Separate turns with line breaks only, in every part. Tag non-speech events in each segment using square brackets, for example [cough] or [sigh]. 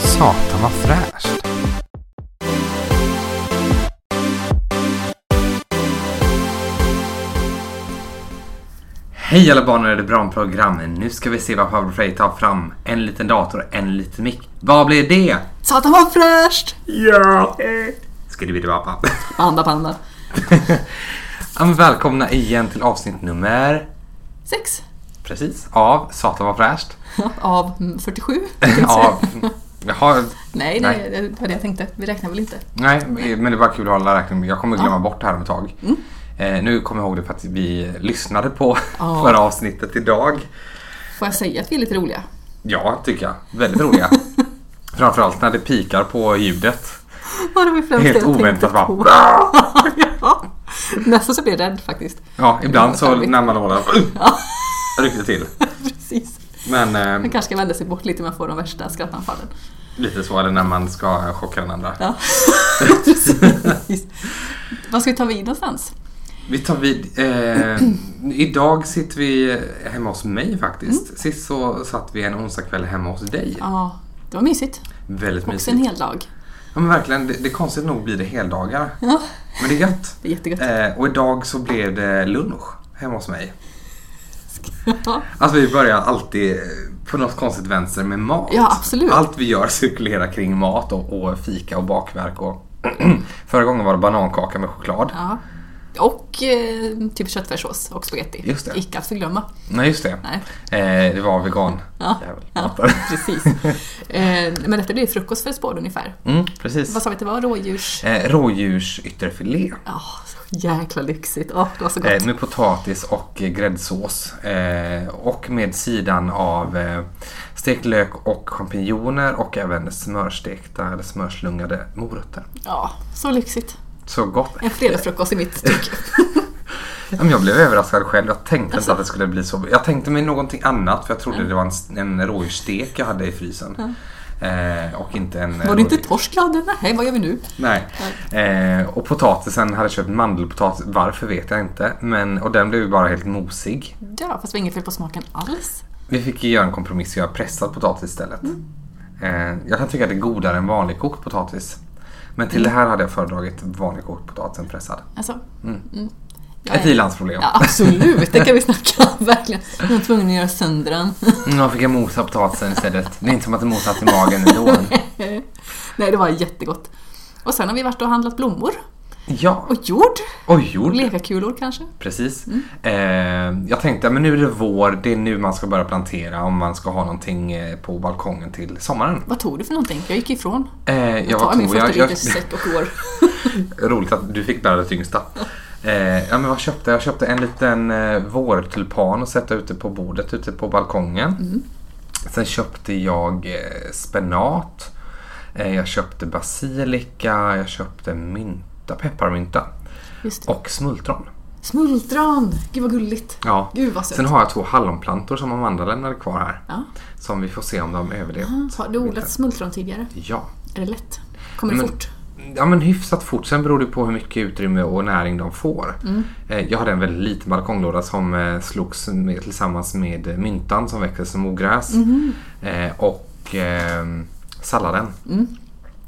Satan vad fräscht.
Hej alla barn och det är Bram-program. Nu ska vi se vad Power Play tar fram. En liten dator och en liten mick. Vad blir det?
Satan vad fräscht!
Ja! Skulle vi det vara pappa?
Panda panda.
[laughs] Ja, men Välkomna igen till avsnitt nummer...
Sex.
Precis. Av Satan vad [laughs] fräscht.
Av
[laughs]
mm, 47.
Av... Jaha, Nej.
Nej, nej, det var det jag tänkte. Vi räknar väl inte.
nej, men det var kul att hålla räkning med. Jag kommer glömma bort det här om ett tag.
Mm.
Eh, nu kommer jag ihåg det för att vi lyssnade på
[laughs] Ja.
förra avsnittet idag.
Får jag säga att vi är lite roliga?
Ja, tycker jag. Väldigt roliga. Framförallt när det pikar på ljudet.
[laughs] Vad det var främst
Helt
det jag tänkte
oväntat bara. [laughs]
på. ja. Nästan så blir jag rädd faktiskt.
Ja, ibland så
Väldigt.
när man håller uh, rycker till.
[laughs] Precis.
Men eh,
Man kanske ska vända sig bort lite om jag får de värsta skrattanfallen.
lite så är det när man ska chocka den andra. [laughs]
Ja. Precis. Vad ska vi ta vid någonstans?
Vi tar vid. Eh, [clears throat] idag sitter vi hemma hos mig faktiskt. Sist så satt vi en onsdagkväll hemma hos dig.
Mm. Ja, det var mysigt.
Väldigt
Också en
mysigt.
hel dag.
Ja, men verkligen, det, det är konstigt nog blir det heldagar.
Ja,
Men det är gött.
det är jättegött.
Eh, och idag så blev det lunch hemma hos mig.
Ja.
Alltså vi börjar alltid eh, på något konstigt vänster med mat.
Ja, absolut.
Allt vi gör cirkulerar kring mat och, och fika och bakverk och [clears throat] Förra gången var det banankaka med choklad.
Ja. Och eh, typ köttfärssås och spagetti.
Just det.
Icke att förglömma.
Nej just det.
Nej.
Eh, det var vegan.
Ja.
Jävel.
Ja,
[laughs]
precis. Eh, men detta blir frukost för ett spår ungefär.
Mm, precis.
Vad sa vi att det var? Rådjurs...
Eh, rådjursytterfilé.
Ja, så jäkla lyxigt. Åh, det var så gott.
Eh, med potatis och eh, gräddsås. Eh, och med sidan av eh, stekt lök och champinjoner och även smörstekta eller smörslungade morötter.
Ja, så lyxigt.
Så gott.
En fredagsfrukost i
[laughs]
mitt tycke.
Ja, men Jag blev överraskad själv. Jag tänkte inte att det skulle bli så. Jag tänkte mig någonting annat för jag trodde det var en, en rådjursstek jag hade i frysen. Eh, och inte en... eh,
Var du inte
rådjur-
torsk Laden? Nej, vad gör vi nu?
Nej. Eh, och potatisen hade jag köpt mandelpotatis. Varför vet jag inte. Men, och den blev ju bara helt mosig.
Ja, fast det var inget fel på smaken alls.
Vi fick ju göra en kompromiss och göra pressad potatis istället.
Mm.
Eh, jag kan tycka att det är godare än vanlig kokt potatis. Men till
Mm.
det här hade jag föredragit vanlig kokt potatis än pressad.
Alltså, mm. Jag
Ett
är-
i-landsproblem.
Ja, absolut. Det kan vi snacka om, verkligen. Jag var tvungen att göra sönder den.
Mm, Jag fick jag mosa potatisen istället. Det är inte som att det mosat i magen ändå.
[laughs] Nej, det var jättegott. Och sen har vi varit och handlat blommor.
Ja,
Och jord.
och jord.
Lekakulor kanske.
Precis.
Mm.
Eh, jag tänkte men nu är det vår. Det är nu man ska börja plantera om man ska ha någonting eh, på balkongen till sommaren.
Vad tog du för någonting? Jag gick ifrån.
Eh, jag
Jag tar
var
min
två. Jag, jag,
favoritsäck och
[laughs]
går.
roligt att du fick bära det tyngsta. Eh, ja, men vad köpte jag? Jag köpte en liten eh, vårtulpan och sätta ute på bordet ute på balkongen. Sen köpte jag eh, spenat. Eh, jag köpte basilika. Jag köpte mynta, pepparmynta.
Just det.
Och smultron.
Smultron! Gud vad gulligt.
Ja.
Gud vad sött.
Sen har jag två hallonplantor som Amanda lämnade kvar här.
Ja.
Som vi får se om de överlevt.
Har du odlat smultron tidigare?
Ja.
Är det lätt? Kommer det
Men-
fort?
Ja men hyfsat fort. Sen beror det på hur mycket utrymme och näring de får. Eh, Jag hade en väldigt liten balkonglåda som eh, slogs med, tillsammans med eh, myntan som växer som ogräs. Eh, Och eh, salladen.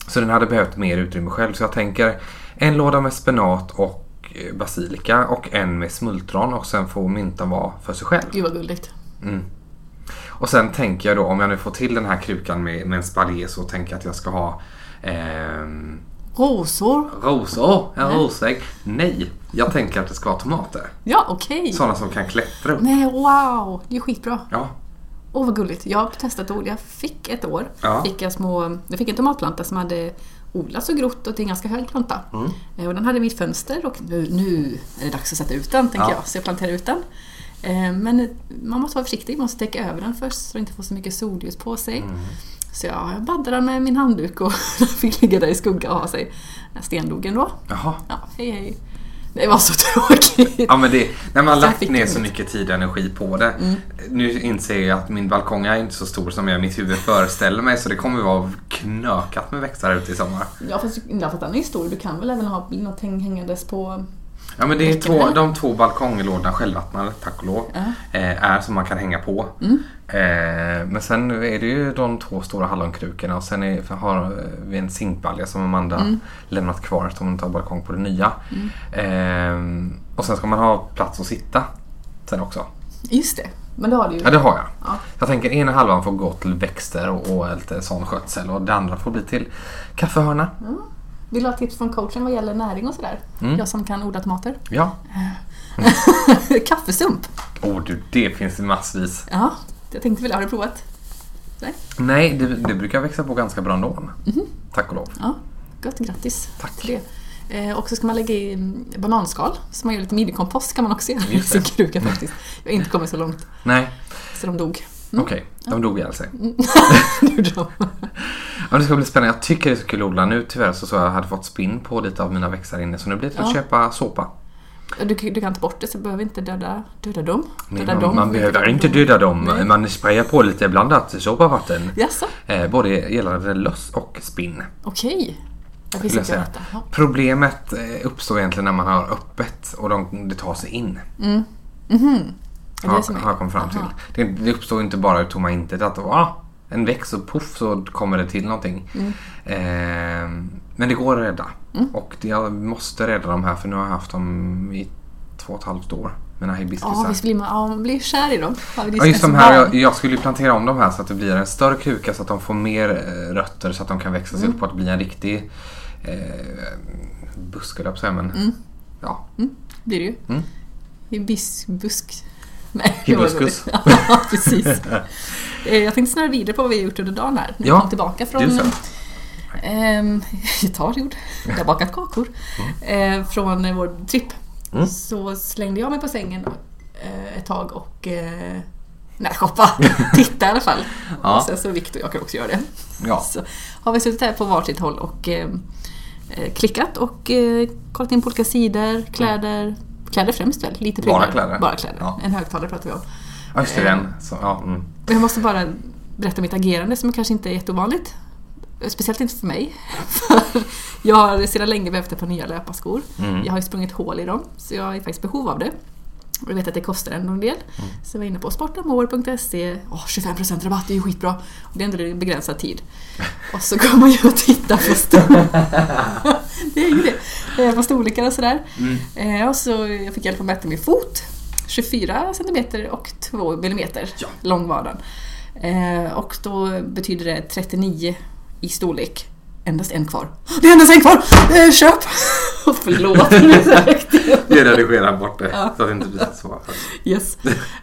Så den hade behövt mer utrymme själv. Så jag tänker en låda med spenat och eh, basilika och en med smultron och sen får myntan vara för sig själv.
Gud vad gulligt.
Och sen tänker jag då om jag nu får till den här krukan med, med en spaljer så tänker jag att jag ska ha ehm,
Rosor?
rosor. En rosägg. Nej, jag tänker att det ska vara tomater.
Ja, okej.
Sådana som kan klättra upp.
Nej, wow! Det är skitbra.
Ja,
Åh vad gulligt. Jag har testat att odla. Jag fick ett år.
Ja.
Fick jag, små, jag fick en tomatplanta som hade odlats och grott och till en ganska hög planta.
Mm.
Eh, Och den hade mitt fönster och nu, nu är det dags att sätta ut den, tänker
Ja.
jag. Så jag planterade ut den. Eh, Men man måste vara försiktig, man måste täcka över den först så den inte får så mycket solljus på sig.
Mm.
Så jag, jag baddade den med min handduk och [laughs] den fick ligga där i skugga och ha sig. Den Stendog ändå.
jaha.
Ja, hej hej. Det var så [laughs] tråkigt.
Ja men det, när man har
Så jag
lagt
fick
ner
det
så
ut. Mm.
mycket tid och energi på det. Nu inser jag att min balkong är inte så stor som jag i mitt huvud föreställer mig så det kommer vara knökat med växter här ute i sommar.
Ja fast, ja, fast den är ju stor, du kan väl även ha något häng- hängandes på
Ja, men det är
Vilken
två,
är?
de två balkonglådorna, självvattnade tack och lov, eh, är som man kan hänga på.
Mm.
Eh, men sen är det ju de två stora hallonkrukorna och sen är, för har vi en zinkbalja som Amanda
Mm.
lämnat kvar som hon tar balkong på det nya. Eh, och sen ska man ha plats att sitta sen också.
Just det, men det har du ju.
Ja, det har jag.
Ja.
Jag tänker ena halvan får gå till växter och, och lite sån skötsel och det andra får bli till kaffehörna.
Mm. Vill du ha tips från coachen vad gäller näring och sådär?
Mm.
Jag som kan odla tomater. [laughs]
Ja.
Kaffesump!
Åh Oh, du, det finns massvis.
Ja, jag tänkte väl, har du provat? Nej?
Nej, det, det brukar växa på ganska bra ändå.
Mhm.
Tack och lov.
Ja, gott, grattis
Tack.
till det. Eh, och så ska man lägga i mm, bananskal, så man gör lite minikompost kan man också göra i [laughs]
Just
sin kruka faktiskt. Jag har inte kommit så långt,
Nej,
så de dog. [laughs]
okej. De dog ihjäl sig.
Mm. Nu då.
alltså. Ja, men det ska bli spännande. Jag tycker det är så kul att odla. Nu tyvärr så, så jag hade fått spinn på lite av mina växter inne så nu blir det att
Ja.
köpa såpa.
Du, kan- du kan ta bort det så behöver vi inte döda, döda dem.
Nej,
Döda
man, man behöver inte döda dem. Man sprayar på lite blandat såpavatten.
Jaså?
Eh, både gällande löss och spinn.
Okej. Jag
skulle
visste
jag
inte
säga.
detta. Ja.
Problemet eh, uppstår egentligen när man har öppet och de, det tar sig in.
Är det
Har-
som är-
har jag kommit fram till.
Aha.
Det, det uppstår ju inte bara ur tomma intet att ah, en växt och poff så kommer det till någonting.
Mm.
Ehm, men det går att rädda. Och det, jag måste rädda de här för nu har jag haft dem i två och ett halvt år. Mina
Ja,
hibiskusar.
visst blir man, ja, man blir kär i dem. Har vi
Ja, just
som
de här,
barn.
jag, jag skulle ju plantera om de här så att det blir en större kruka så att de får mer eh, rötter så att de kan växa
Mm.
sig upp och att bli en riktig eh, buske, höll jag på att säga, men
Mm.
ja,
blir det ju.
Mm.
Hibisbusk. [laughs] Nej,
Hibiskus.
det var det. ja, [laughs] precis. Eh, Jag tänkte snurra vidare på vad vi har gjort under dagen här. När vi
Ja,
kom tillbaka från
det är så.
ehm, [laughs] gitarrljud. Jag har bakat kakor.
Mm.
Eh, från eh, vår tripp. Så slängde jag mig på sängen eh, ett tag och eh, nej, shoppa. [laughs] Titta i alla fall.
Ja.
Och sen så Viktor och jag kan också göra det.
ja.
Så har vi suttit här på varsitt håll och eh, eh, klickat och eh, kollat in på olika sidor, kläder. Kläder främst väl? Lite
Bara
prylar.
kläder?
Bara kläder.
Ja.
En högtalare pratar vi om.
Ja, just det,
Eh.
den. Så, ja, mm.
Men Jag måste bara berätta mitt agerande som kanske inte är jätteovanligt. Speciellt inte för mig. [laughs] För jag har sedan länge behövt ett par nya löparskor. Jag har ju sprungit hål i dem, så jag är faktiskt i behov av det. Och jag vet att det kostar ändå en del. Så jag var inne på sportamor.se. Åh, 25% rabatt, det är ju skitbra. Och det är ändå en begränsad tid. Och så går man ju och tittar på storlekar. [laughs] det är ju det. Eh, På storlekar och sådär. Eh, Och så jag fick hjälp att mäta min fot. 24 centimeter och 2 millimeter
Ja.
lång var den. Eh, Och då betyder det 39 i storlek. Endast en kvar. [gasps] Det är endast en kvar! Eh, köp! [laughs] Förlåt, det är så högt.
Det är redigerar bort det
Ja.
så att det inte blir så.
Yes.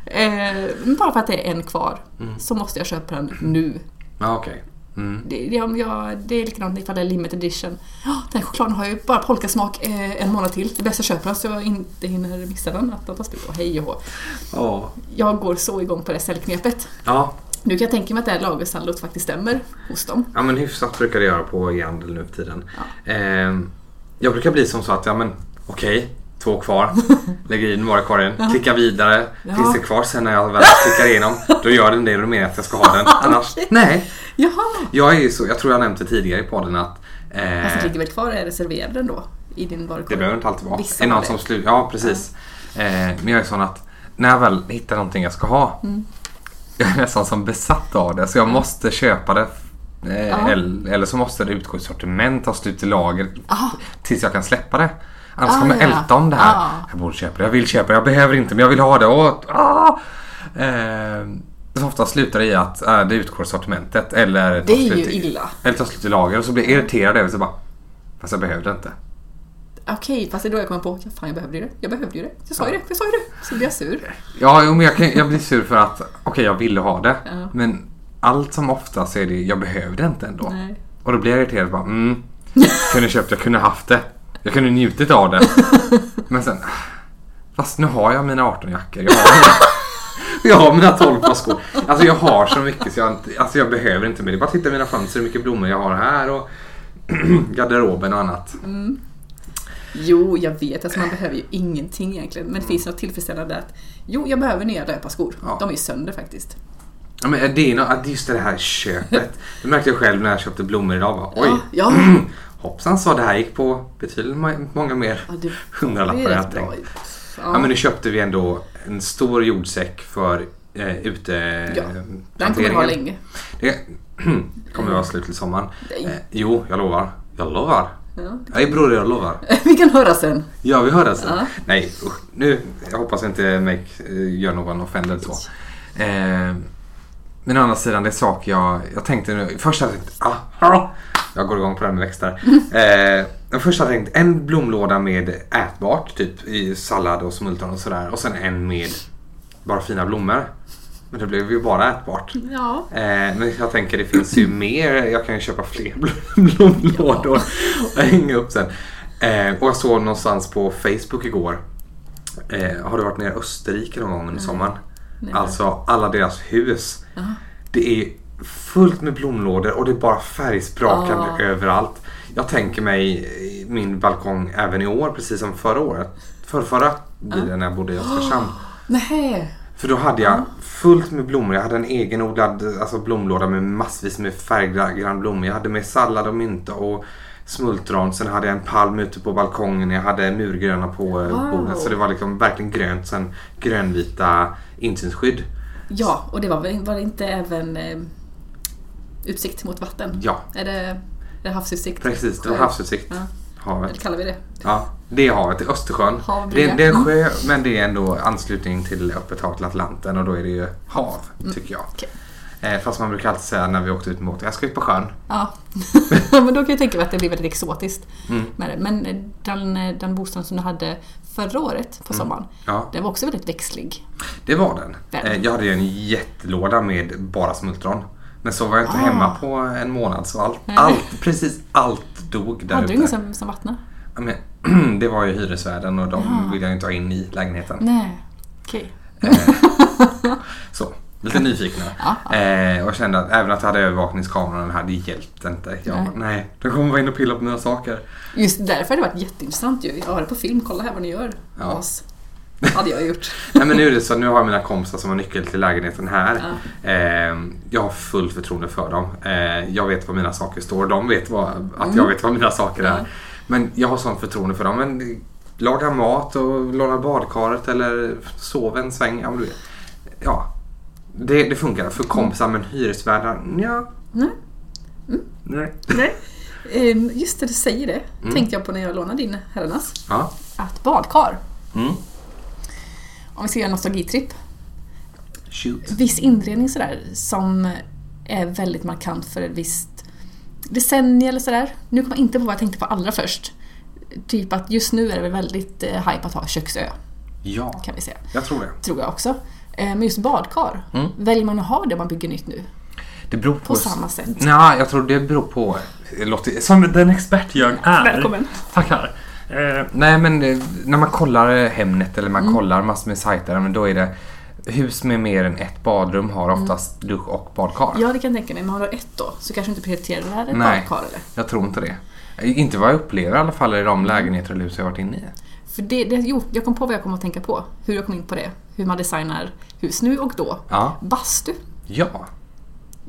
Eh, men bara för att det är en kvar så måste jag köpa den nu.
Ja, okej. Mm.
Det, det, om jag, det är likadant ifall det är limited edition. Ja, den här chokladen har ju bara polkasmak eh, en månad till. Det är bäst jag köper den så jag inte hinner missa den. Att den tar slut och hej och hå.
Ja.
Jag går så igång på det säljknepet.
Ja.
Nu kan jag tänka mig att det här lagersaldot faktiskt stämmer hos dem.
ja, men hyfsat brukar det göra på e-handel nu för tiden. Ehm, jag brukar bli som så att, ja men okej, två
[laughs]
kvar. Lägger i några kvar i den, klickar vidare.
Ja.
Finns det kvar sen när jag väl klickar igenom, då gör den det och då menar jag att jag ska ha
[laughs]
den. Annars, nej.
Jaha!
Jag är ju så, jag tror jag nämnt det tidigare i podden att eh,
Fast Alltså, det ligger väl kvar och är reserverad ändå? I din
Det
varukorg?
behöver inte alltid vara.
Vissa
är
har
någon
det.
som slut... Ja, precis. Eh, men jag är sån att när jag väl hittar någonting jag ska ha.
Mm.
[laughs] Jag är nästan som besatt av det. Så jag måste köpa det. Eh,
Ja.
eller, eller så måste det utgå i sortiment, ta slut i lager.
Ah.
Tills jag kan släppa det. Annars
Ah,
kommer jag
ja.
älta om det här.
Ah.
Jag borde köpa det, jag vill köpa det, jag behöver inte men jag vill ha det. Och, ah! eh, så ofta slutar det i att eh, det utgår i sortimentet. Eller tar
Det är
slut
ju
i-
illa.
Eller tar slut i lager och så blir jag irriterad över så bara. Fast jag behövde inte.
Okej, fast det är då jag kommer på, ja, fan jag behövde ju det. Jag behövde ju det. Jag sa ju det, jag sa ju det. Så blir jag sur.
Ja, jo, men jag, kan, jag blir sur för att okej, jag ville ha det.
Ja.
Men allt som ofta så är det jag behövde inte ändå.
Nej.
Och då blir jag irriterad. Bara, mm, kunde köpt, jag kunde haft det. Jag kunde njutit av det.
[laughs]
Men sen, fast nu har jag mina [laughs] 18 jackor. Jag har, jag har mina 12 par skor. Alltså jag har så mycket så jag, inte- alltså, jag behöver inte mer. Det är bara att titta i mina fönster hur mycket blommor jag har här och [clears throat] garderoben och annat.
Jo, jag vet. Alltså man behöver ju ingenting egentligen. Men det finns något tillfredsställande att, jo, jag behöver nya löparskor.
Ja.
De är ju sönder faktiskt.
Ja, men det är nog, just det här köpet. Det märkte jag själv när jag köpte blommor idag. Bara, Oj, Mm.
Ja, ja.
hoppsan sa det här gick på betydligt ma- många mer
Ja, du, det
hundralappar
är
än jag
rätt bra.
tänkt. Ja.
Ja.
men nu köpte vi ändå en stor jordsäck för eh, ute
Ja, den kommer
planteringen.
du ha länge.
Det [clears throat] kommer vara slut till sommaren.
Nej.
Eh, jo, jag lovar. Jag lovar.
Ja. [laughs]
Nej bror, jag lovar.
Vi kan höra sen.
Ja, vi hör det sen.
Ja.
Nej, usch. Nu, jag hoppas jag inte make, eh, gör någon offended så. Eh, men å andra sidan, det är saker jag, jag tänkte nu. Först hade jag tänkt, ah, hallå. jag går igång på det här med växter. Eh, jag först hade jag tänkt en blomlåda med ätbart, typ i sallad och smultron och sådär. Och sen en med bara fina blommor. Men det blev ju bara ätbart.
Ja.
Eh, men jag tänker det finns
[clears throat]
ju mer. Jag kan ju köpa fler blom- [laughs] blomlådor och hänga upp sen. Eh, och jag såg någonstans på Facebook igår. Eh, har du varit nere i Österrike någon gång under sommaren?
Nej.
Alltså alla deras hus. Det är fullt med blomlådor och det är bara färgsprakande
Ah.
överallt. Jag tänker mig min balkong även i år precis som förra året. Förra, förra blir det när jag bodde i Oskarshamn.
Nej.
För då hade jag fullt med blommor. Jag hade en egenodlad alltså, blomlåda med massvis med färggrann blommor. Jag hade med sallad och mynta och smultron. Sen hade jag en palm ute på balkongen. Jag hade murgröna på wow.
Wow.
bordet. Så det var liksom verkligen grönt. Sen grönvita insynsskydd.
Ja, och det var, väl- var det inte även eh, utsikt mot vatten?
Ja,
Är det, är det havsutsikt?
precis. Det var havsutsikt.
Ja. Eller
Havet.
kallar vi det?
Ja, det är havet. Det är Östersjön.
Hav blir
Det är,
det.
det är en sjö men det är ändå anslutning till öppet hav till Atlanten och då är det ju hav tycker jag.
Mm. okej.
Eh, Fast man brukar alltid säga när vi åkte ut på båten, jag ska ut på sjön.
Ja, [laughs] men då kan jag tänka mig att det blir väldigt exotiskt.
Mm.
med det. Men eh, den, eh, den bostaden som du hade förra året
Mm.
på sommaren,
Ja.
den var också väldigt växlig.
Det var den.
Den.
Eh, Jag hade ju en jättelåda med bara smultron. Men så var jag inte
Ah.
hemma på en månad så allt,
Nej.
allt precis allt dog där
hade du
ute.
ingen som, som vattnade?
Ja, Men, [clears throat] det var ju hyresvärden och de
Ja.
ville jag inte ha in i lägenheten.
Nej, okej.
Så, lite nyfikna.
Ja,
Eh, och jag kände att även att jag hade övervakningskameran här, det hjälpte inte. Jag
Nej.
bara, nej, de kommer vara inne och pilla på mina saker.
Just därför har det varit jätteintressant ju. Jag har det på film, kolla här vad ni gör.
Ja.
As. Hade
[laughs]
jag gjort.
Nej men nu är det så, nu har jag mina kompisar som har nyckel till lägenheten här. Eh, jag har fullt förtroende för dem. Eh, jag vet vad mina saker står, de vet vad, att jag vet vad mina saker är. Men jag har sånt förtroende för dem. Men laga mat och låna badkaret eller sova en sväng. Ja, men du vet. ja det, det funkar för kompisar men hyresvärdar, ja.
Nej.
Nej.
Nej. Eh, Just det, du säger det.
Mm.
Tänkte jag på när jag lånade din herrarnas.
Ja.
Att badkar,
Mm.
om vi ska göra en nostalgitripp,
Shoot.
viss inredning sådär som är väldigt markant för ett visst decennium eller sådär. Nu kommer jag inte på vad jag tänkte på allra först. Typ att just nu är det väl väldigt eh, hype att ha köksö,
Ja,
kan vi säga.
jag tror det.
Tror jag också. Eh, men just badkar,
Mm.
väljer man att ha det om man bygger nytt nu?
Det beror på...
På samma sätt.
Nej, jag tror det beror på... det låter- Som den expert jag är.
Välkommen!
Tackar. Eh, nej men eh, när man kollar eh, Hemnet eller
Mm.
man kollar massor med sajter, men då är det hus med mer än ett badrum har
Mm.
oftast dusch och badkar.
Ja, det kan jag tänka mig. Men har du ett då så kanske du inte prioriterar ett
Nej.
badkar eller?
Jag tror inte det. Eh, Inte vad jag upplever i alla fall i de lägenheter eller hus jag har varit inne i.
För det, det, jo, jag kom på vad jag kom att tänka på. Hur jag kom in på det. Hur man designar hus nu och då.
Ja.
Bastu.
Ja.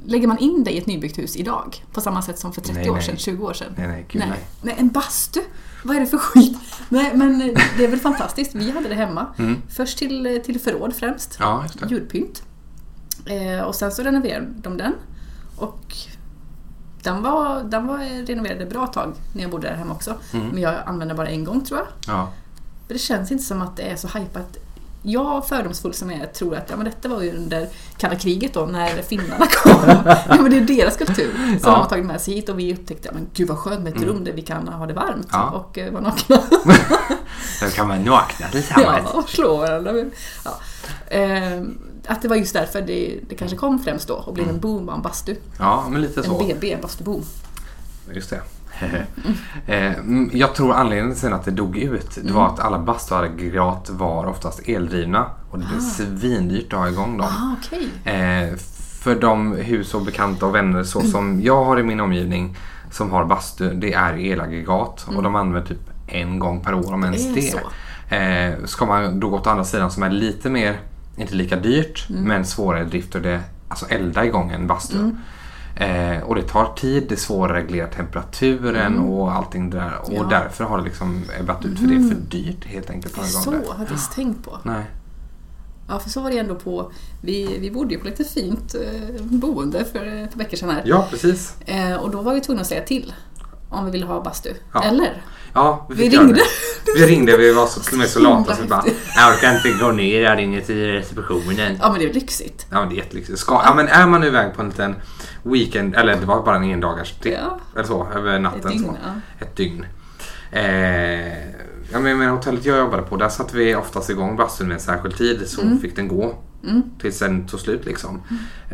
Lägger man in det i ett nybyggt hus idag? På samma sätt som för 30
Nej,
år
nej.
sedan, 20 år sedan?
Nej, nej, gud, nej.
nej, en bastu? Vad är det för skit? Nej, men det är väl fantastiskt. Vi hade det hemma. Först till, till förråd främst.
Mm. Ja, just det.
Julpynt. Eh, och sen så renoverade de den. Och den var, den var renoverad ett bra tag när jag bodde där hemma också.
Mm.
Men jag använde bara en gång tror jag.
Ja.
För det känns inte som att det är så hypat. Jag fördomsfull som jag är tror att ja, men detta var ju under kalla kriget då när finnarna [laughs] kom. ja, men det är deras kultur som
Ja. Mm.
de har tagit med sig hit och vi upptäckte att men gud vad skönt med ett rum där vi kan ha det varmt
Ja.
och eh, vara nakna.
Då kan man nakna
ja,
tillsammans.
och slå varandra. Men, ja. Ehm, att det var just därför det, det kanske kom främst då och blev en boom av en bastu.
Ja, men lite
En
Mm. så.
BB, en bastuboom.
Just det. [laughs] Eh, mm, jag tror anledningen till att det dog ut det var att alla bastuaggregat var oftast eldrivna och det blev svindyrt att ha igång dem.
Ah, okej.
Eh, för de hus och bekanta och vänner så som jag har i min omgivning som har bastu, det är elaggregat och de använder typ en gång per år om ens
Mm. är
det. Eh, ska man då gå till andra sidan som är lite
Mm.
mer, inte lika dyrt, men svårare i drift och det, alltså elda igång en bastu. Eh, och det tar tid, det är svårt att reglera temperaturen och allting det där. Och
Mm. Ja. Mm.
därför har det liksom ebbat ut för det är för dyrt helt enkelt. många
Så
gånger.
hade jag inte tänkt på.
Nej.
Ja, för så var det ändå på... Vi, vi bodde ju på lite fint eh, boende för eh, ett par veckor sedan här.
Ja, precis.
Eh, och då var vi tvungna att säga till om vi ville ha bastu.
Ja.
Eller?
Ja,
Vi
fick göra
ringde.
det. Vi ringde, vi var så,
[laughs]
med så lata så vi bara Jag orkar inte gå ner, jag ringer till receptionen.
Ja, men det är lyxigt.
Ja men det är jättelyxigt. Ska, ja men är man iväg på en liten weekend, eller det var bara en endagars trip,
Ja.
eller så, över natten.
Ett dygn,
så.
ja.
Ett dygn. Eh, ja, men, men hotellet jag jobbade på, där satte vi oftast igång bastun med en särskild tid så
Mm.
fick den gå. Tills den tog slut liksom.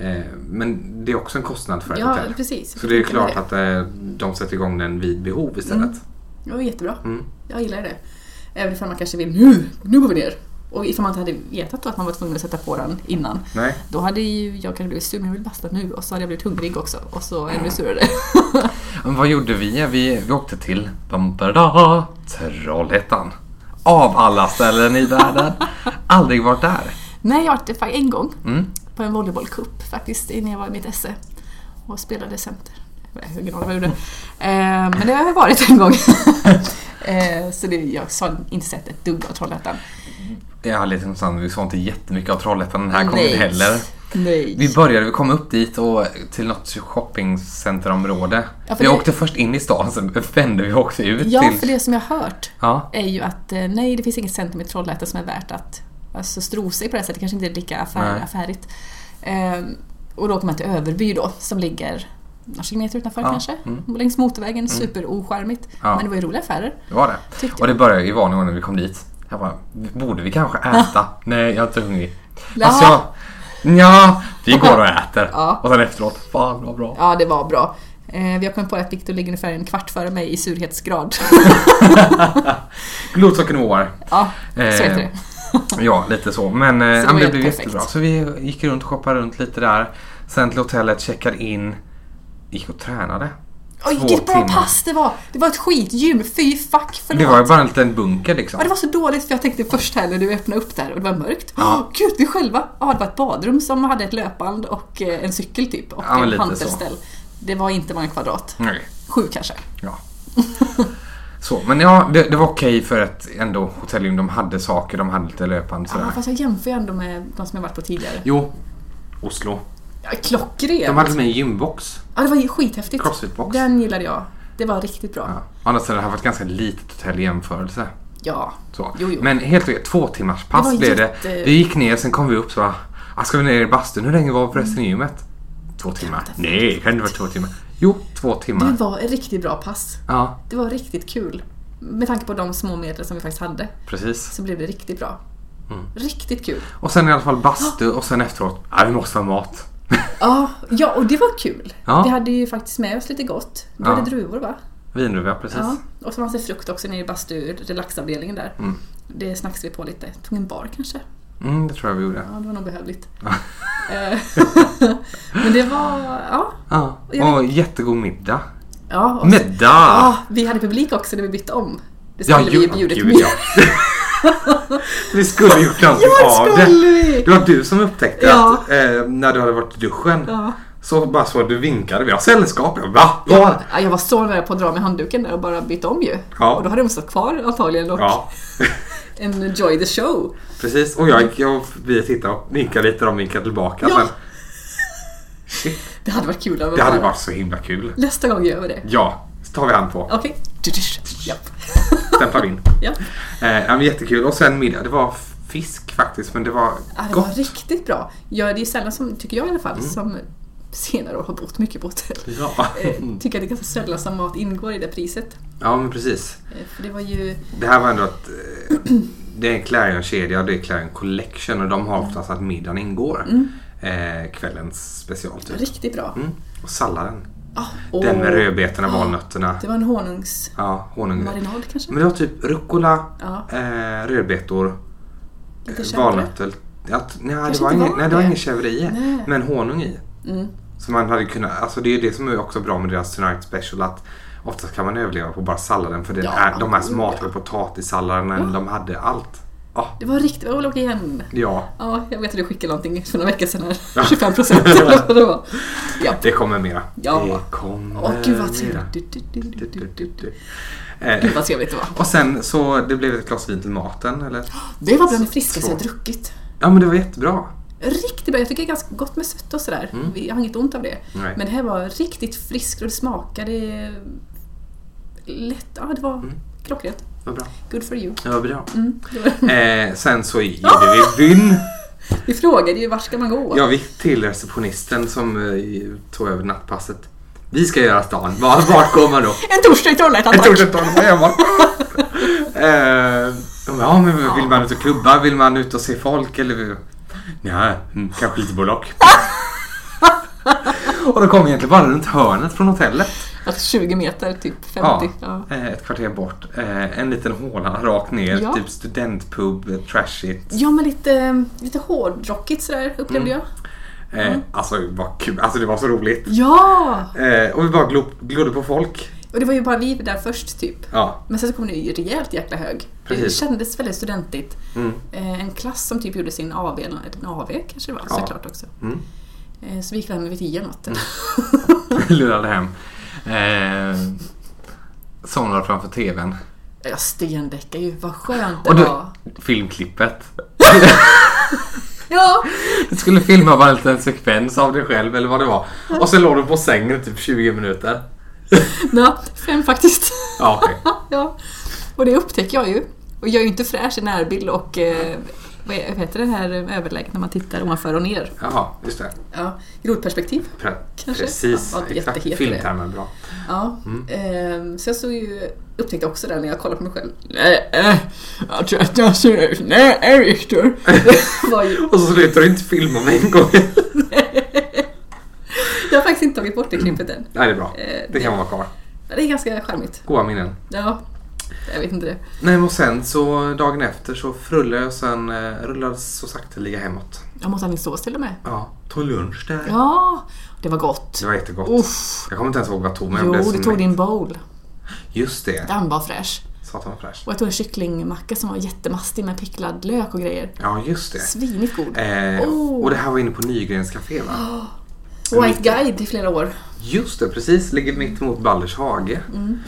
Eh, men det är också en kostnad för ett
Mm. Ja,
hotell.
precis.
Så det är
Jag tänker
klart
på
att eh, de sätter igång den vid behov istället.
Mm. Det var jättebra.
Mm.
Jag gillar det. Även ifall man kanske vill nu, nu går vi ner. Och ifall man inte hade vetat då att man var tvungen att sätta på den innan.
Nej.
Då hade ju jag kanske blivit sur, men jag vill basta nu. Och så hade jag blivit hungrig också. Och så ännu surare. [laughs]
Men vad gjorde vi? Vi, vi åkte till bam, ba, da, Trollhättan. Av alla ställen i världen. Aldrig varit där.
Nej, jag har varit det en gång.
Mm.
På en volleybollcup faktiskt, innan jag var i mitt esse. Och spelade center. Jag har ingen aning vad jag gjorde. Eh, Men det har jag
[laughs]
varit en gång. Eh, Så det, jag har inte sett ett dugg av Trollhättan.
Jag hade lite intressant, vi såg inte jättemycket av Trollhättan den här gången
Nej.
heller.
Nej.
Vi började, vi kom upp dit och till något shoppingcenterområde.
Ja, för
vi
det-
åkte först in i stan, sen vände vi och åkte ut
Ja,
till...
för det som jag har hört
Ja.
är ju att eh, nej, det finns inget centrum i Trollhättan som är värt att alltså, stro sig på det här sättet. kanske inte är lika affär,
Nej.
affärigt. Ehm, och då åker man till Överby då, som ligger några kilometer utanför
Ja, mm.
kanske. Längs motorvägen, superoskärmigt.
Ja.
Men det var ju roliga affärer.
Det var det.
Tyckte
Och det började i vanlig ordning när vi kom dit. Jag bara, borde vi kanske äta?
[laughs]
Nej, jag är inte hungrig.
Ja.
Alltså jag... Nja, vi går och äter.
Ja.
Och sen efteråt, fan vad bra.
Ja, det var bra. Eh, vi har kommit på att Viktor ligger ungefär en kvart före mig i surhetsgrad.
Blodsockernivåer.
ja, [laughs] så
Eh,
heter det.
Ja, lite så. Men, eh,
det
ja,
var
men det
helt
blev
perfekt.
jättebra. Så vi gick runt och shoppade runt lite där. Sen till hotellet, checkade in, gick och tränade.
Oj,
Två
vilket bra
timmar.
pass det var! Det var ett skitgym, fy fuck, förlåt.
Det var ju bara en liten bunker liksom.
Ja, det var så dåligt för jag tänkte först här när du öppnade upp där och det var mörkt.
Ja.
Åh, gud, vi själva! Ja, det var ett badrum som hade ett löpband och eh, en cykel typ och
Ja, men
en
lite så.
hantelställ. Det var inte många kvadrat.
Nej,
Sju kanske. [laughs]
ja. Så, men ja, det, det var okej för att ändå hotellrum, de hade saker, de hade lite löpande sådär.
Ja, fast jag jämför ju ändå med de som jag varit på tidigare.
Jo, Oslo.
Ja, klockrent!
De hade med en gymbox.
Ja, det var ju skithäftigt.
Crossfitbox.
Den gillade jag. Det var riktigt bra.
Ja. Å Andra sidan, det här var ett ganska litet hotell i jämförelse.
Ja.
Så.
Jo, jo.
Men helt enkelt, två timmars
Det
pass
var
blev det.
jätte-
Vi gick ner, sen kom vi upp så bara, "Ah, ska vi ner i bastun? Hur länge var förresten
Mm.
i gymmet? Två timmar. Nej, det kan inte vara två timmar. Jo, två timmar.
Det var ett riktigt bra pass.
Ja,
Det var riktigt kul. Med tanke på de små medel som vi faktiskt hade
precis.
så blev det riktigt bra.
Mm.
Riktigt kul.
Och sen i alla fall bastu och sen efteråt, ja vi måste ha mat.
Ja, ja, och det var kul.
Ja.
Vi hade ju faktiskt med oss lite gott. Du
Ja.
hade druvor va?
Vindruva, precis.
Ja. Och så fanns det frukt också nere i bastu, relaxavdelningen där. Det snacksade vi på lite. Tog en bar kanske.
Mm, det tror jag vi gjorde.
Ja, det var nog behövligt. [laughs] Eh, Men det var... Ja.
Ja. Och jättegod middag.
ja och så,
Middag!
ja, vi hade publik också när vi bytte om. Det
Ja,
skulle vi ju bjudit
gud,
med.
ja. Vi skulle gjort någonting
[laughs] Ja,
av
det
det.
skulle vi!
Det var du som upptäckte
Ja.
att eh, när du hade varit i duschen
Ja.
så bara så att du vinkade. Vi har sällskap. Jag, Va? Ja.
[laughs] Ja, jag var så nära på att dra med handduken där och bara byta om ju.
Ja.
Och då hade de stått kvar antagligen och [laughs]
ja.
enjoy the show.
Precis. Och jag gick jag, vi tittade och vinkade lite och de vinkade tillbaka.
Ja.
Men, shit,
Det hade varit kul. om
det hade
bara-
varit så himla kul.
Nästa gång gör vi det.
Ja, så tar vi hand på.
Okej. Japp.
Stämplar in.
[laughs] Ja.
Eh, ja, men jättekul. Och sen middag. Det var fisk faktiskt men det var
Ja, Ah, det var
gott. Mm.
riktigt bra. Ja, det är sällan som, tycker jag i alla fall, som senare år har bott mycket på
[laughs]
hotell.
Ja.
Eh, Tycker att det är ganska sällan som mat ingår i det priset.
ja men precis.
Eh, För det var ju...
Det här var ändå att eh, det är en Clarion-kedja och det är Clarion Collection och de har oftast att middagen ingår.
Mm.
Eh, kvällens special typ.
Riktigt bra.
Mm. Och salladen.
Ah,
Den med
åh.
rödbetorna, valnötterna,
Det var en honungsmarinad
ja, honung.
kanske?
Men det var typ rucola,
Ja.
eh, rödbetor,
Lite
eh,
chèvre.
valnötter. Ja, t- nej, det
Kanske
var
inte
ingen,
var
nej, det var
det.
ingen chèvre i.
Nej.
Men honung i.
Mm.
Så man hade kunnat, alltså det är ju det som är också bra med deras Tonight Special att oftast kan man överleva på bara salladen för det
Ja,
är, de är
gud,
smartare potatissalladen än de hade allt. Ja.
Det var riktigt roligt att åka igen.
Ja,
Ja, jag vet att du skickade någonting för några veckor sedan [laughs] här. 25 procent eller vad det var.
[laughs]
Ja.
det kommer mera.
Ja.
Det kommer
Åh gud vad
mera.
trevligt. Du, du, du, du, du, du, du.
Eh,
Gud vad trevligt
[laughs]
det var.
Och sen så det blev ett glas vin till maten eller?
Det var bland det friskaste
Så.
jag druckit.
Ja men det var jättebra.
Riktigt bra. Jag tycker det är ganska gott med sött och sådär. Jag har inget ont av det.
Nej.
Men det här var riktigt friskt och det smakade lätt. Ja, det var klockrent.
Vad bra.
Good for you.
Det var bra.
Mm. det var- [laughs]
Eh, sen så gjorde vi byn.
Vi frågade ju vart ska man gå?
Jag gick till receptionisten som eh, tog över nattpasset. Vi ska göra stan. Var, vart går man då?
En torsdag i Trollhättan
Jag
tack!
tog ett tag på hemma. [laughs] Eh, de bara, Ja, men vill man ut och klubba? Vill man ut och se folk? Eller... Nej, kanske lite bolag.
[laughs]
och då kom vi egentligen bara runt hörnet från hotellet.
Alltså 20 meter, typ 50.
Ja,
Ja. Ja.
eh, ett kvarter bort. Eh, En liten håla rakt ner.
Ja.
Typ studentpub, eh, trashigt.
men lite, eh, lite hårdrockigt sådär upplevde jag.
Eh,
Mm.
Alltså, vad kul. Alltså, det var så roligt.
Ja!
Eh, Och vi bara glo- glodde på folk.
Och det var ju bara vi där först typ.
Ja, [laughs]
Men sen så kom det ju rejält jäkla hög. Det
Precis.
kändes väldigt studentigt.
Mm.
Eh, En klass som typ gjorde sin AV, eller en AV kanske det var
Ja.
såklart också.
Mm.
Eh, Så vi gick där med vid tio eller något. [laughs]
lurade hem. Eh, Somnade framför TVn.
Jag stendäckade ju, vad skönt det
Och du,
var.
filmklippet.
Ja!
Du skulle filma bara en liten sekvens av dig själv eller vad det var. Och sen låg du på sängen i typ 20 minuter.
Nå, fem faktiskt.
Ja, okej.
[laughs] ja. Och det upptäcker jag ju. Och jag är ju inte fräsch i närbild och eh, vad är- vad heter det här eh, överläget när man tittar ovanför och ner?
Jaha, just det.
Ja, grodperspektiv.
Pre-
Kanske.
precis.
Ja, det var
exakt.
jättehet
Filmtermen bra.
Ja. ehm, så jag såg ju, upptäckte också det när jag kollade på mig själv. Nej, eh, jag tror att jag ser ut. Nej, eh, Victor. Det [laughs] var ju,
Och så slutar du inte filma med en
[laughs]
gång.
jag har faktiskt inte tagit bort det klippet än.
Nej, det är bra.
Eh,
Det kan vara kvar.
Men Det är ganska charmigt.
Goa minnen.
Ja, jag vet inte det.
Nej, men och sen så dagen efter så frullade jag sen eh, rullade så sakteliga hemåt.
Jag måste ha min sås till och med.
Ja, tog lunch där.
Ja, det var gott.
Det var jättegott.
Uff.
Jag kommer inte ens ihåg vad jag tog men jag
Jo,
blev så
du tog
mätt.
din bowl.
Just det.
Den var fräsch.
Satan vad fräscht.
Och jag tog en kycklingmacka som var jättemastig med picklad lök och grejer.
Ja, just det.
Svinigt god.
Eh,
Oh.
Och det här var inne på Nygrens Café va?
White Guide i flera år.
Just det, precis. Ligger mitt emot Ballers hage.
Mm.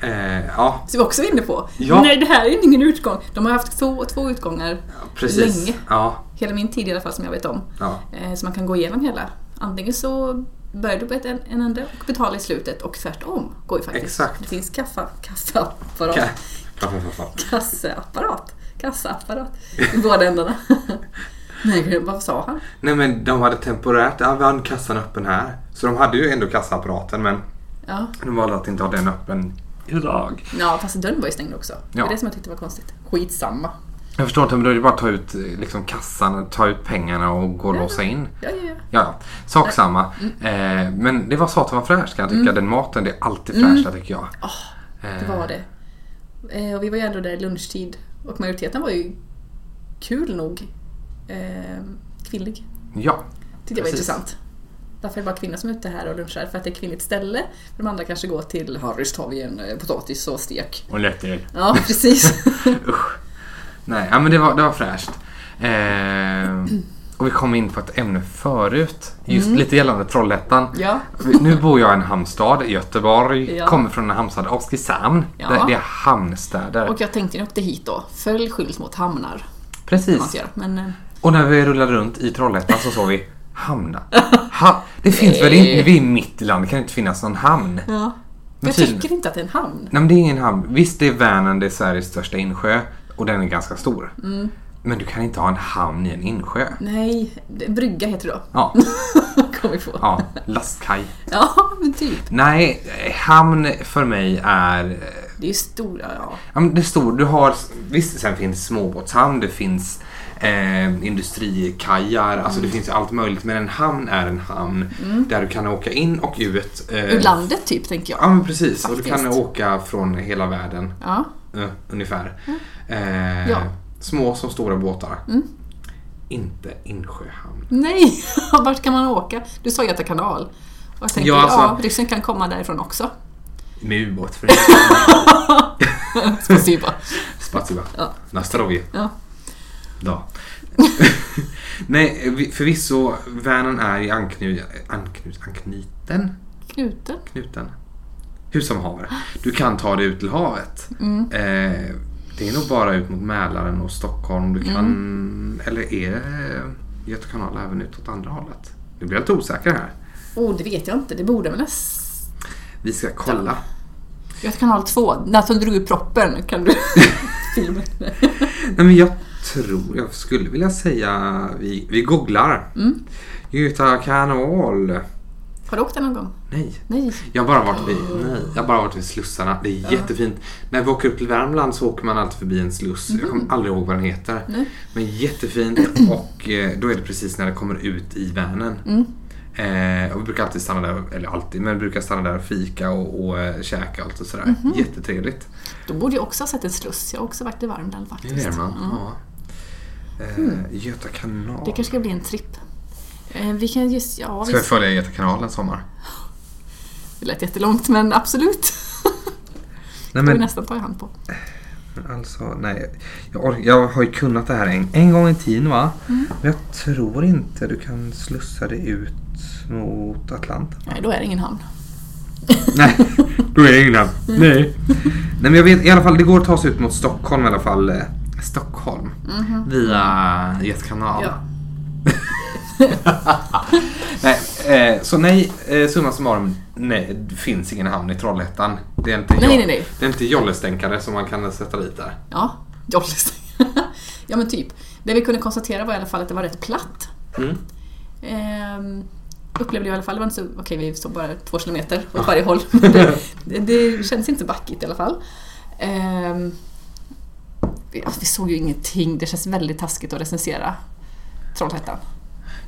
Eh, ja,
Som vi också var inne på.
Ja.
Nej, det här är ingen utgång. De har haft två, två utgångar.
precis.
Länge.
Ja,
Hela min tid i alla fall som jag vet om.
ja.
Eh, Så man kan gå igenom hela. Antingen så börjar du på ett, en, en ände och betalar i slutet och tvärtom. Går ju faktiskt.
Exakt.
Det finns kaffa, kaffeapparat.
Ka- fa- fa- fa- fa.
kassaapparat. Kassaapparat. I båda ändarna. [laughs] Nej, gud, vad sa han?
Nej men de hade temporärt, ja vi hade kassan öppen här. Så de hade ju ändå kassaapparaten men
Ja.
de valde att inte ha den öppen idag.
ja, fast dörren var ju stängd också. Det
Ja.
är det som jag tyckte var konstigt. Skitsamma.
Jag förstår inte, men då är det bara att ta ut eh, liksom, kassan, ta ut pengarna och gå och låsa in.
Ja, Mm. ja, ja.
Ja, ja. Sak samma. Eh, men det var satan vad fräscht kan jag tycka. Den maten, det är alltid fräscht tycker jag.
Mm. Ah, Det var det. Eh, och vi var ju ändå där i lunchtid. Och majoriteten var ju kul nog eh, kvinnlig.
Eh, Ja.
Tyckte jag var
Precis.
intressant. Varför är det bara kvinnor som är ute här och lunchar? För att det är ett kvinnligt ställe. De andra kanske går till Harrys tar vi en eh, potatis och stek.
Och lättöl. [laughs]
Ja, precis.
Usch. Nej, ja, men det var, det var fräscht. Eh, och vi kom in på ett ämne förut. Just lite gällande Trollhättan.
Mm. ja.
Nu bor jag i en hamnstad, i Göteborg.
Ja.
Kommer från en hamnstad, Oskarshamn.
Ja.
Det, det är hamnstäder.
Och jag tänkte när jag åkte hit då, följ skylt mot hamnar. Man
Precis.
ska göra. Men eh,
Och när vi rullade runt i Trollhättan så såg vi
[laughs]
hamnar. Ha- det finns väl inte, vi är mitt i landet, det kan inte finnas någon hamn.
ja. jag
tydligen-
tycker inte att det är en hamn.
Nej men det är ingen hamn. Visst det är Vänern, det är Sveriges största insjö och den är ganska stor.
Mm.
Men du kan inte ha en hamn i en insjö.
Nej, det- brygga heter det då.
Ja,
[laughs] Kom vi på. Ja.
ja lastkaj.
men typ.
Nej, eh, hamn för mig är... eh,
Det är ju stora, ja.
Ja, men det är stor, du har, visst, sen finns småbåtshamn, det finns eh, industrikajar, alltså det
Mm.
finns ju allt möjligt. Men en hamn är en hamn där du kan åka in och ut. eh,
Ur landet typ, tänker jag.
Ja, men precis. Och du kan
Faktiskt.
åka från hela världen.
Ja.
Eh, ungefär. Eh,
Mm. Ja. Mm.
Små som stora båtar. Inte Insjöhamn.
Nej, [laughs] vart kan man åka? Du sa Göta kanal. Och jag tänker,
Ja,
ja,
alltså-
ryssen kan komma därifrån också. [laughs]
Med ubåt för
Spasiba.
Spasiba.
Ja.
Nastarovje.
Ja. [laughs]
dag. Nej, vi- förvisso Vänern är i anknut, anknut, anknuten,
Knuten.
knuten. Hur som haver. Du kan ta dig ut till havet.
Mm.
Eh, det är nog bara ut mot Mälaren och Stockholm. Du kan...
Mm.
Eller är det Göta kanal även utåt andra hållet? Nu blir jag lite osäker här.
Oh, det vet jag inte. Det borde väl... s-
Vi ska kolla.
Göta kanal 2. När du drog ur proppen kan [laughs] du filmen.
Nej, men jag tror, jag skulle vilja säga, vi, vi googlar.
Mm.
Göta kanal.
Har du åkt den någon gång?
Nej.
Nej.
Jag har bara varit vid, nej, jag har bara varit vid slussarna. Det är jättefint. När vi åker upp till Värmland så åker man alltid förbi en sluss. Jag kommer aldrig ihåg vad den heter.
Mhm. Nej.
Men jättefint och eh, då är det precis när det kommer ut i Vänern.
Mm.
Eh, och vi brukar alltid stanna där, eller alltid, men vi brukar stanna där och fika och, och eh, käka och allt och sådär.
Mhm.
Jättetrevligt.
Då borde jag också ha sett en sluss. Jag har också varit i Värmland faktiskt.
Det är man.
Mm.
Ja. Eh, Göta kanal.
Det kanske ska bli en tripp. Eh, Vi kan just... Ja,
Ska vi
visst.
följa Göta kanal en sommar?
Det lät jättelångt,
[laughs]
men absolut.
Nej,
Det har vi
men
nästan tagit hand på.
Men Alltså, nej. Jag, ork- jag har ju kunnat det här en, en gång i tiden va?
Mm.
Men jag tror inte du kan slussa dig ut mot
[laughs]
Atlanten.
Nej, då är det ingen hamn.
nej, då är det England.
[laughs]
Nej. nej men jag vet i alla fall, det går att ta sig ut mot Stockholm i alla fall. eh, Stockholm.
Mhm.
Via Göta kanal. Nej, eh, så nej, eh, summa summarum, nej, det finns ingen hamn i Trollhättan. Det är inte,
Nej,
joll-
nej, nej.
Det är inte jollestänkare som man kan sätta dit där.
Ja, Jolles. [laughs] ja men typ. Det vi kunde konstatera var i alla fall att det var rätt platt.
Mm.
Ehm, upplevde jag i alla fall. Det var inte så, okej, vi stod bara två kilometer åt
[laughs]
varje håll. Det, det, det kändes inte backigt i alla fall. Ehm, vi, alltså, vi såg ju ingenting. Det känns väldigt taskigt att recensera Trollhättan.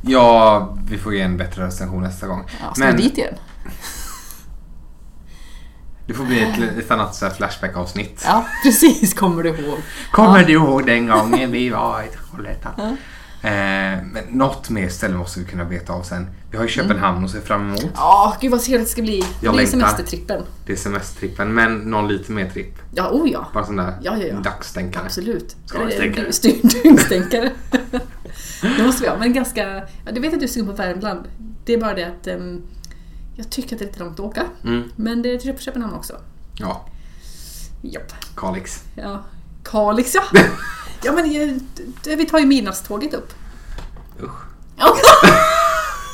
Ja, vi får ge en bättre recension nästa gång.
Ja, ska
Men
vi dit igen?
det får bli ett, ett annat så här Flashback-avsnitt.
Ja, precis. Kommer du ihåg?
Kommer
Ja.
du ihåg den gången vi var i Trollhättan?
Ja.
Eh, men något mer ställe måste vi kunna veta av sen. Vi har ju
Mm.
Köpenhamn att se fram emot.
Ja, gud vad trevligt det ska bli. Det
Jag
blir
längtar.
semestertrippen.
Det är semestertrippen, men någon lite mer tripp.
Ja, oh ja.
Bara sån där
Ja, ja, ja.
dagstänkare.
Absolut.
Ska
Eller
man stänka det?
dy- [laughs] Dygnstänkare. det måste vi ha. Men ganska... Jag vet att du är sugen på Värmland. Det är bara det att ehm, jag tycker att det är lite långt att åka.
Mm.
Men det är till Köpenhamn också.
Ja,
Japp.
Kalix.
Ja. Kalix [laughs] ja! ja men eh, d- d- vi tar ju midnattståget upp.
Usch.
[laughs]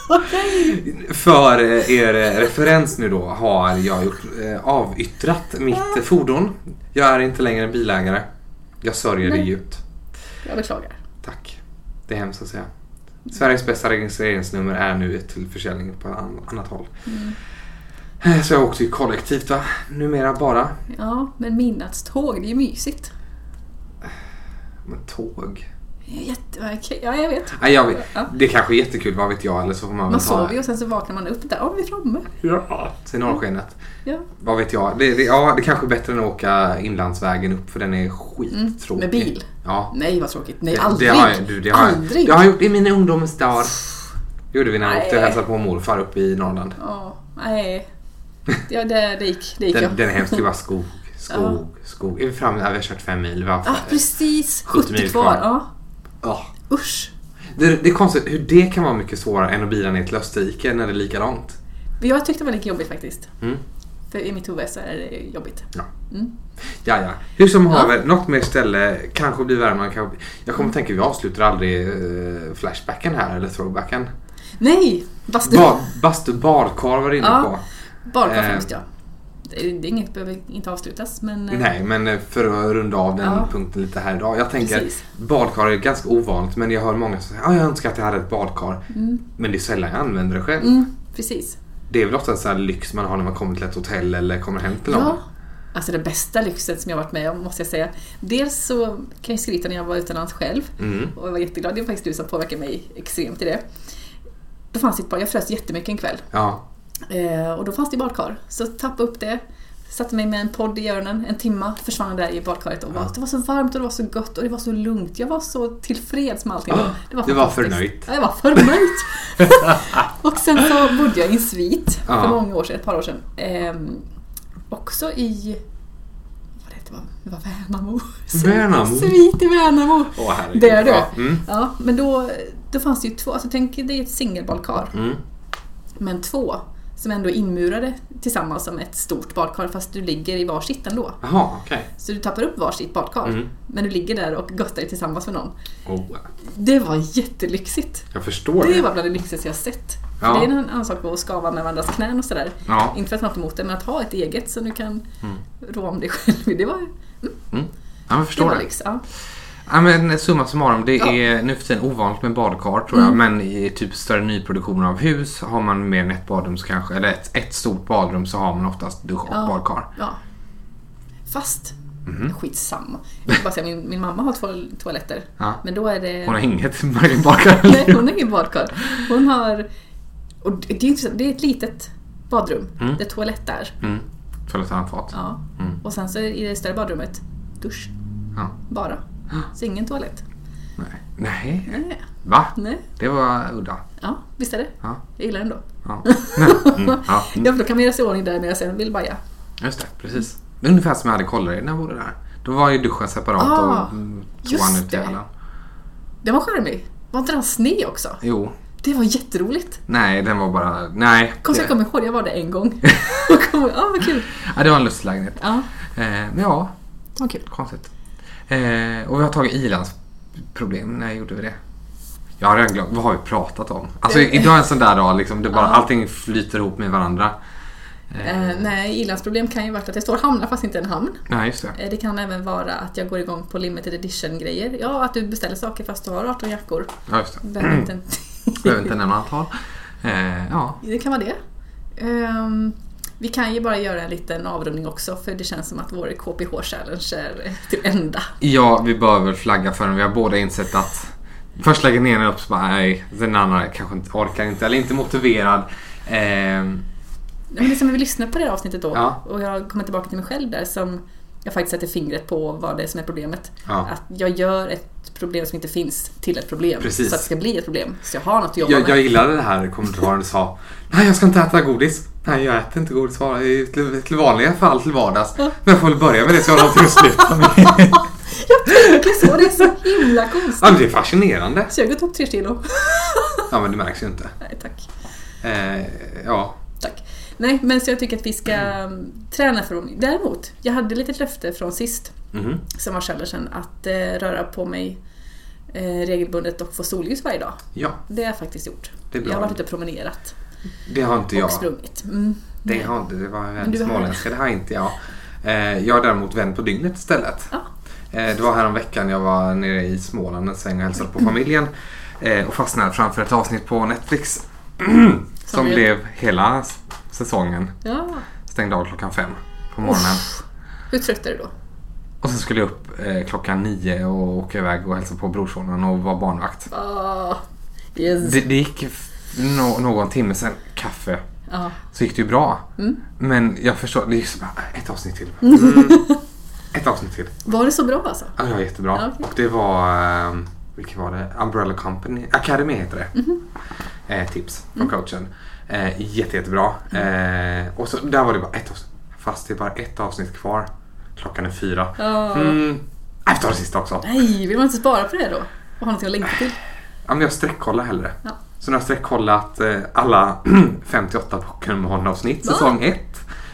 Okej!
För eh, er eh, referens nu då har jag gjort, eh, avyttrat mitt eh, fordon. Jag är inte längre bilägare. Jag sörjer det
Nej.
djupt.
Jag beklagar.
Tack. Det är hemskt att säga. Sveriges bästa registreringsnummer är nu till försäljning på an- annat håll.
Mm.
Eh, Så jag åkte ju kollektivt va? Numera bara.
Ja, men midnattståg, det är ju mysigt.
Men tåg.
Jätte... okej, Ja, jag vet.
Nej, jag vet.
Ja.
Det kanske är jättekul, vad vet jag? Eller så får man
Man
väl ta
sover ju och sen så vaknar man upp där. Ja, vi är framme.
Ja. Till norrskenet.
Ja.
Vad vet jag? Det, det, ja, det kanske är bättre än att åka inlandsvägen upp för den är skittråkig.
Mm, med bil.
Ja.
Nej, vad tråkigt. Nej,
Det-
aldrig.
Det har, jag- du, det har, jag-
aldrig.
Det har jag gjort i mina ungdomens dagar. gjorde vi när jag åkte och
Nej.
hälsade på morfar uppe i Norrland.
Ja, nej. Ja, det, det gick, det gick
Den,
ja.
den är hemsk, det var
[laughs]
skog, skog, skog. Är vi framme? Ja, vi har kört fem mil. Vi har haft-
Ja, precis.
70
70,
mil
kvar.
kvar.
Ja.
Ja.
Usch.
Det, det är konstigt hur det kan vara mycket svårare än att bila ner till Österrike när det är likadant.
Men Jag tyckte det var lika jobbigt faktiskt.
Mm.
För i mitt huvud så är det jobbigt.
Ja.
Mm.
Ja, ja. Hur som haver, något mer ställe, kanske blir Värmland, kanske blir... Jag
Mm.
kommer tänka, vi avslutar aldrig eh, flashbacken här, eller throwbacken.
Nej! Bastu.
Bar, bastu barkorv var du inne
Ja.
på.
Barkar
Eh.
främst ja. Det, det är inget behöver inte avslutas men... eh,
Nej, men eh, för att runda av den
Ja.
punkten lite här idag. Jag tänker,
Precis.
badkar är ganska ovanligt, men jag hör många som säger ah, jag önskar att jag hade ett badkar. Men det är sällan jag använder det själv.
Mm, precis.
Det är väl ofta en sån här lyx man har när man kommer till ett hotell eller kommer hem till någon.
Ja. Alltså den bästa lyxen som jag varit med om måste jag säga. Dels så kan jag skryta när jag var utomlands själv.
Mm.
Och jag var jätteglad. Det var faktiskt du som påverkade mig extremt i det. Då fanns det ett par, jag frös jättemycket en kväll.
Ja.
Eh, och då fanns det badkar. Så tappade upp det, satte mig med en podd i öronen en timma, försvann där i badkaret. Och var, det var så varmt och det var så gott och det var så lugnt. Jag var så tillfreds med allting.
Ah, det var
fantastiskt.
förnöjt.
Ja, jag var förnöjt. [laughs] och sen så bodde jag i en svit för
Ja.
många år sedan, ett par år sedan. Ehm, också i vad var det, det var, det var Värnamo. [laughs]
Värnamo?
Svit i Värnamo.
Åh, herregud.
Där du.
Ja, mm.
Ja, men då, då fanns det ju två, alltså tänk dig ett singelbadkar.
Mm.
Men två som ändå är inmurade tillsammans som ett stort badkar fast du ligger i varsitt ändå.
Jaha, okej.
Så du tappar upp varsitt badkar.
Mm.
Men du ligger där och gottar dig tillsammans med någon.
Oh,
Det var jättelyxigt.
jag förstår
Det
det.
var bland det lyxigaste jag sett. För
Ja.
Det är en annan sak att skava med varandras knän och sådär.
Ja. Mm.
Inte för att ha något emot det, men att ha ett eget så du kan rå om dig själv. Det var,
Ja, men jag
det
förstår
var
det.
lyx. Ja.
Ja, men summa summarum, det
Ja. Mm.
är nu för tiden ovanligt med badkar tror jag. Men i typ större nyproduktioner av hus har man mer än ett badrum så kanske, eller ett, ett stort badrum så har man oftast dusch och
Ja.
badkar.
Ja. Fast,
Mhm.
skitsamma. Jag vill bara säga, min, min mamma har två toaletter.
Ja.
Men då är det...
Hon har inget [laughs] badkar.
Nej, hon har ingen badkar. Hon har... Och det, är intressant, det är ett litet badrum. Det är toalett där.
Mm. För ett handfat.
Ja. Och sen så i det större badrummet, dusch.
Ja.
Bara. Så ingen toalett.
Nej. Nej.
Nej.
Va?
Nej.
Det var udda.
Ja, visst är det?
Ja.
Jag gillar den då. [laughs]
Ja. Nej. Mm. ja. Mm.
Ja, för då kan man göra sig i ordning där när jag sen vill baja.
Just det, precis. Ungefär som jag hade kollare när jag bodde där. Då var ju duschen separat
Ah,
och mm,
just
toan ute i
det.
hallen.
Den var charmig. Var inte den sned också?
Jo.
Det var jätteroligt.
Nej, den var bara... Nej.
Konstigt jag
det,
kommer ihåg, jag var där en gång. [laughs] Och kom, ja, vad kul.
ja, det var en lustlägenhet.
Ja,
Eh, men ja,
det var kul.
konstigt. Eh, och vi har tagit ilandsproblem. När gjorde vi det? Jag har redan glömt. Vad har vi pratat om? Alltså
Det-
idag är en sån där dag liksom. Det bara,
Eh. Ja.
Allting flyter ihop med varandra.
Eh, nej, ilandsproblem kan ju vara att det står hamnar fast inte en hamn.
Nej, just det.
Eh, det kan även vara att jag går igång på limited edition-grejer. Ja, att du beställer saker fast du har 18 jackor.
Ja, just det.
Behöver inte [laughs] en
Behöver inte nämna antal. Eh, ja.
Det kan vara det. Ehm, vi kan ju bara göra en liten avrundning också för det känns som att vår KPH-challenge är till ända.
ja, vi bör väl flagga för den. Vi har båda insett att först lägger den ena upp så bara, nej, den andra kanske inte orkar inte eller inte motiverad. Eh,
Ja, Men liksom när vi lyssnade på det här avsnittet då
Ja.
och jag kommer tillbaka till mig själv där som jag faktiskt sätter fingret på vad det är som är problemet.
Ja.
Att jag gör ett problem som inte finns till ett problem.
Precis.
Så att det ska bli ett problem. Så jag har något att jobba
Jag,
med.
jag gillade det här kommentaren du sa. Nej, jag ska inte äta godis. Nej, jag äter inte godis var- i- till, till vanliga fall till vardags. Men jag får väl börja med det så jag har något att sluta med.
[laughs] Det är så, det är så himla konstigt.
Ja, men det är fascinerande.
Så jag har gått upp tre kilo.
Ja, men det märks ju inte.
Nej tack.
Eh, ja.
Tack. Nej men så jag tycker att vi ska um, träna för ordning. Däremot, jag hade ett litet löfte från sist
Mhm.
som var challengen att eh, röra på mig eh, regelbundet och få solljus varje dag.
Ja,
Det har jag faktiskt gjort.
Det är bra.
jag har varit ute och promenerat
det har inte
och
jag.
sprungit. Mm.
Det har inte, det var en
du har-
småländska. Det har inte jag. Eh, jag är däremot vän på dygnet istället.
Ja.
Eh, det var häromveckan jag var nere i Småland en sväng och hälsade på familjen. Eh, och fastnade framför ett avsnitt på Netflix. [clears throat] som
blev-
blev hela s- säsongen.
Ja.
Stängde av klockan fem på morgonen.
Hur trött är du då?
Och sen skulle jag upp eh, klockan nio och åka iväg och hälsa på brorsonen och vara barnvakt.
Ah, yes.
Det, det gick f- nå- någon timme sen, kaffe,
Ja.
så gick det ju bra. Men jag förstår, det är ju så bara, ett avsnitt till. Mm. ett avsnitt till.
Var det så bra alltså?
Ja, det var jättebra.
Ja, okej.
Och det var, eh, vilket var det? Umbrella Company, Academy heter det.
Mhm.
Eh, tips från
Mm.
coachen. Eh, jätte, jättebra. Eh, och så där var det bara ett avsnitt. Fast det är bara ett avsnitt kvar. Klockan är fyra.
Ja.
Mm. Jag tar det sista också.
Nej, vill man inte spara på det då? Och ha någonting att längta till?
Ja, men jag sträckkollar hellre.
Ja.
Så nu har jag sträckkollat eh, alla [clears throat] 58 Pokémon-avsnitt,
Va?
säsong 1.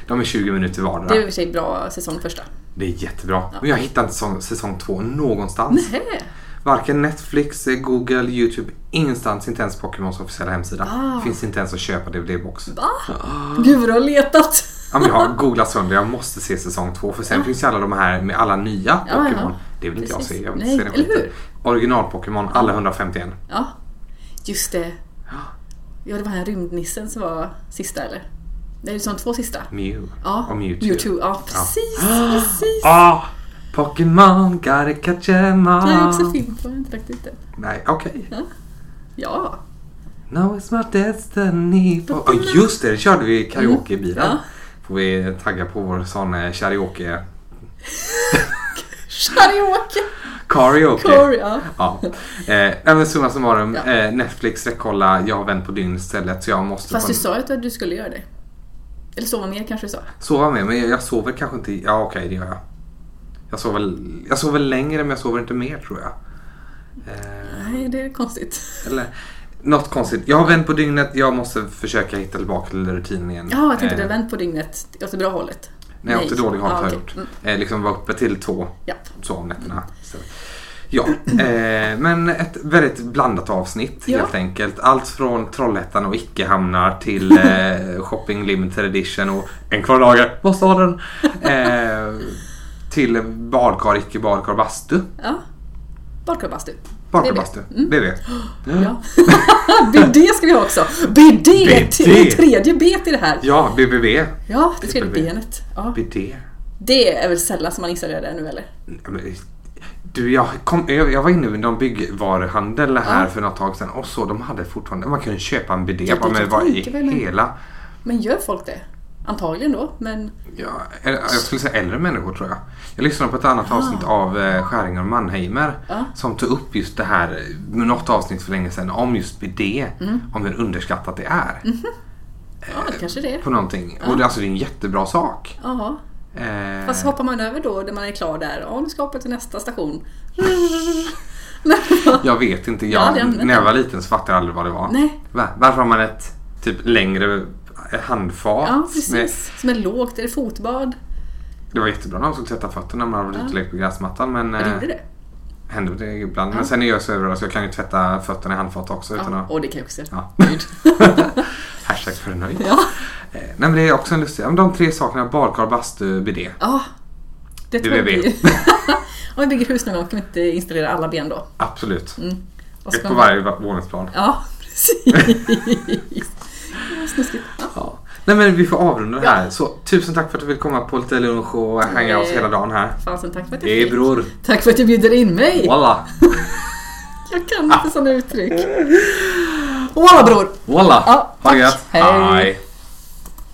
De är 20 minuter vardera.
Det är i
Det,
och för sig bra säsong första.
är jättebra. Men jag hittar inte säsong, säsong 2 någonstans.
Nähä.
Varken Netflix, eh, Google, YouTube, ingenstans. Inte ens Pokémons officiella hemsida.
Ah.
Finns inte ens att köpa DVD-box.
Va? Gud vad du har letat!
Ja, men jag har googlat sönder. Jag måste se säsong 2. För sen finns ju alla de här med alla nya
Ah. Ja, ja.
Pokémon. Det vill inte jag
Precis.
se. Jag vill
Nej,
inte se den
eller hur?
skiten. Original-Pokémon, alla 151.
Ja, just det. Ja, det var här rymdnissen som var sista eller? Det är ju som två sista.
Mew
Ja,
och Mewtwo.
Ja,
[gasps]
precis, precis.
Ah! Pokémon gotta catch em all.
Det är också film på, jag har inte lagt ut den.
Nej, okej.
Ja.
Now it's my destiny. Ja, oh, just det. Det körde vi i karaokebilen.
Mm.
Får vi tagga på vår sån eh, karaoke...
Karaoke!
Karaoke.
Kor, ja.
Ja. Eh, nej, men summa summarum.
Ja.
Eh, Netflix rekolla. Jag har vänt på dygn istället så jag måste
Fast
få-
du sa ju att du skulle göra det. Eller sova mer kanske du sa.
sova mer. Men jag sover kanske inte. Ja okej det gör jag. Jag sov väl, jag sov väl längre men jag sover inte mer tror jag. Eh,
Nej, det är konstigt.
eller, något konstigt. Jag har vänt på dygnet. Jag måste försöka hitta tillbaka till rutinen igen.
Ja, jag tänkte
Eh,
det. Vänd på dygnet åt det bra hållet.
Nej, jag åt det dåliga hållet har jag
okej.
gjort.
Mm,
Eh, liksom var uppe till två
Ja.
så om nätterna. Så. Ja, [clears throat] eh, men ett väldigt blandat avsnitt
Ja.
helt enkelt. Allt från Trollhättan och icke-hamnar
[laughs]
till eh, shopping limited edition och en kvar lager, måste ha
[laughs]
den. Eh, till badkar, icke badkar, bastu.
ja. Badkar och bastu.
Badkar,
BB.
bastu. BB.
Ja. [laughs] BD ska vi ha också. BD! Det är tredje B till det här.
Ja, BBB.
Ja, det tredje
Triple B.
benet. Ja.
BD.
Det är väl sällan som man gissar det där nu eller?
Du, jag, kom, jag, jag var inne i någon byggvaruhandel här
Ja.
för något tag sedan och så de hade fortfarande, man kunde köpa en bidé.
Ja,
Jag bara,
det
men
kan
vad
jag tänka
i
mig.
hela...
Men gör folk det? Antagligen då, men
Ja, eller, jag skulle säga äldre människor tror jag. Jag lyssnade på ett annat avsnitt av eh, Skäringer och Mannheimer
Ja.
som tog upp just det här, eh, något avsnitt för länge sedan, om just bidé.
Mm.
Om hur underskattat det är
ja, det kanske det är.
på någonting. Och det, alltså, det är en jättebra sak.
Jaha.
Eh,
Fast hoppar man över då när man är klar där? Ja, nu ska jag hoppa till nästa station. [laughs] Men vad-
Jag vet inte.
Jag har
Jag,
aldrig använt
när jag
det.
var liten så fattade jag aldrig vad det var.
Nej.
Va? Varför har man ett typ längre eh, handfat?
ja,
med-
precis. Som är lågt. Är det fotbad?
Det var jättebra när man skulle sätta fötterna när man var ute och lekte på gräsmattan. Men
Jag
eh,
gjorde det.
hände det ibland. Men sen är jag så överraskad så jag kan ju tvätta fötterna i handfat också. Utan
Ja,
att,
och det kan jag också göra.
ja. [laughs]
Nöjd.
Hashtag för nöjd.
Ja.
Eh, nej men det är också en lustig. ja, men De tre sakerna, badkar, bastu, bidé.
ja. Det tror jag
BBB.
blir. [laughs] Om vi bygger hus någon gång kan vi inte installera alla ben då.
Absolut.
Och så
Ett
kan
på
man-
varje va- våningsplan.
Ja, precis. Ja, Snuskigt. Ja.
Ja. Nej men vi får avrunda det här.
Ja.
Så tusen tack för att du vill komma på lite lunch och hänga oss
Eh.
hela dagen här.
Fasen, tack för att jag
Hej
fick.
bror!
Tack för att du bjuder in mig.
Walla!
Jag kan inte sådana uttryck. Walla bror!
Walla!
Ja,
ha det
tack.
gött!
Hej.
Hej.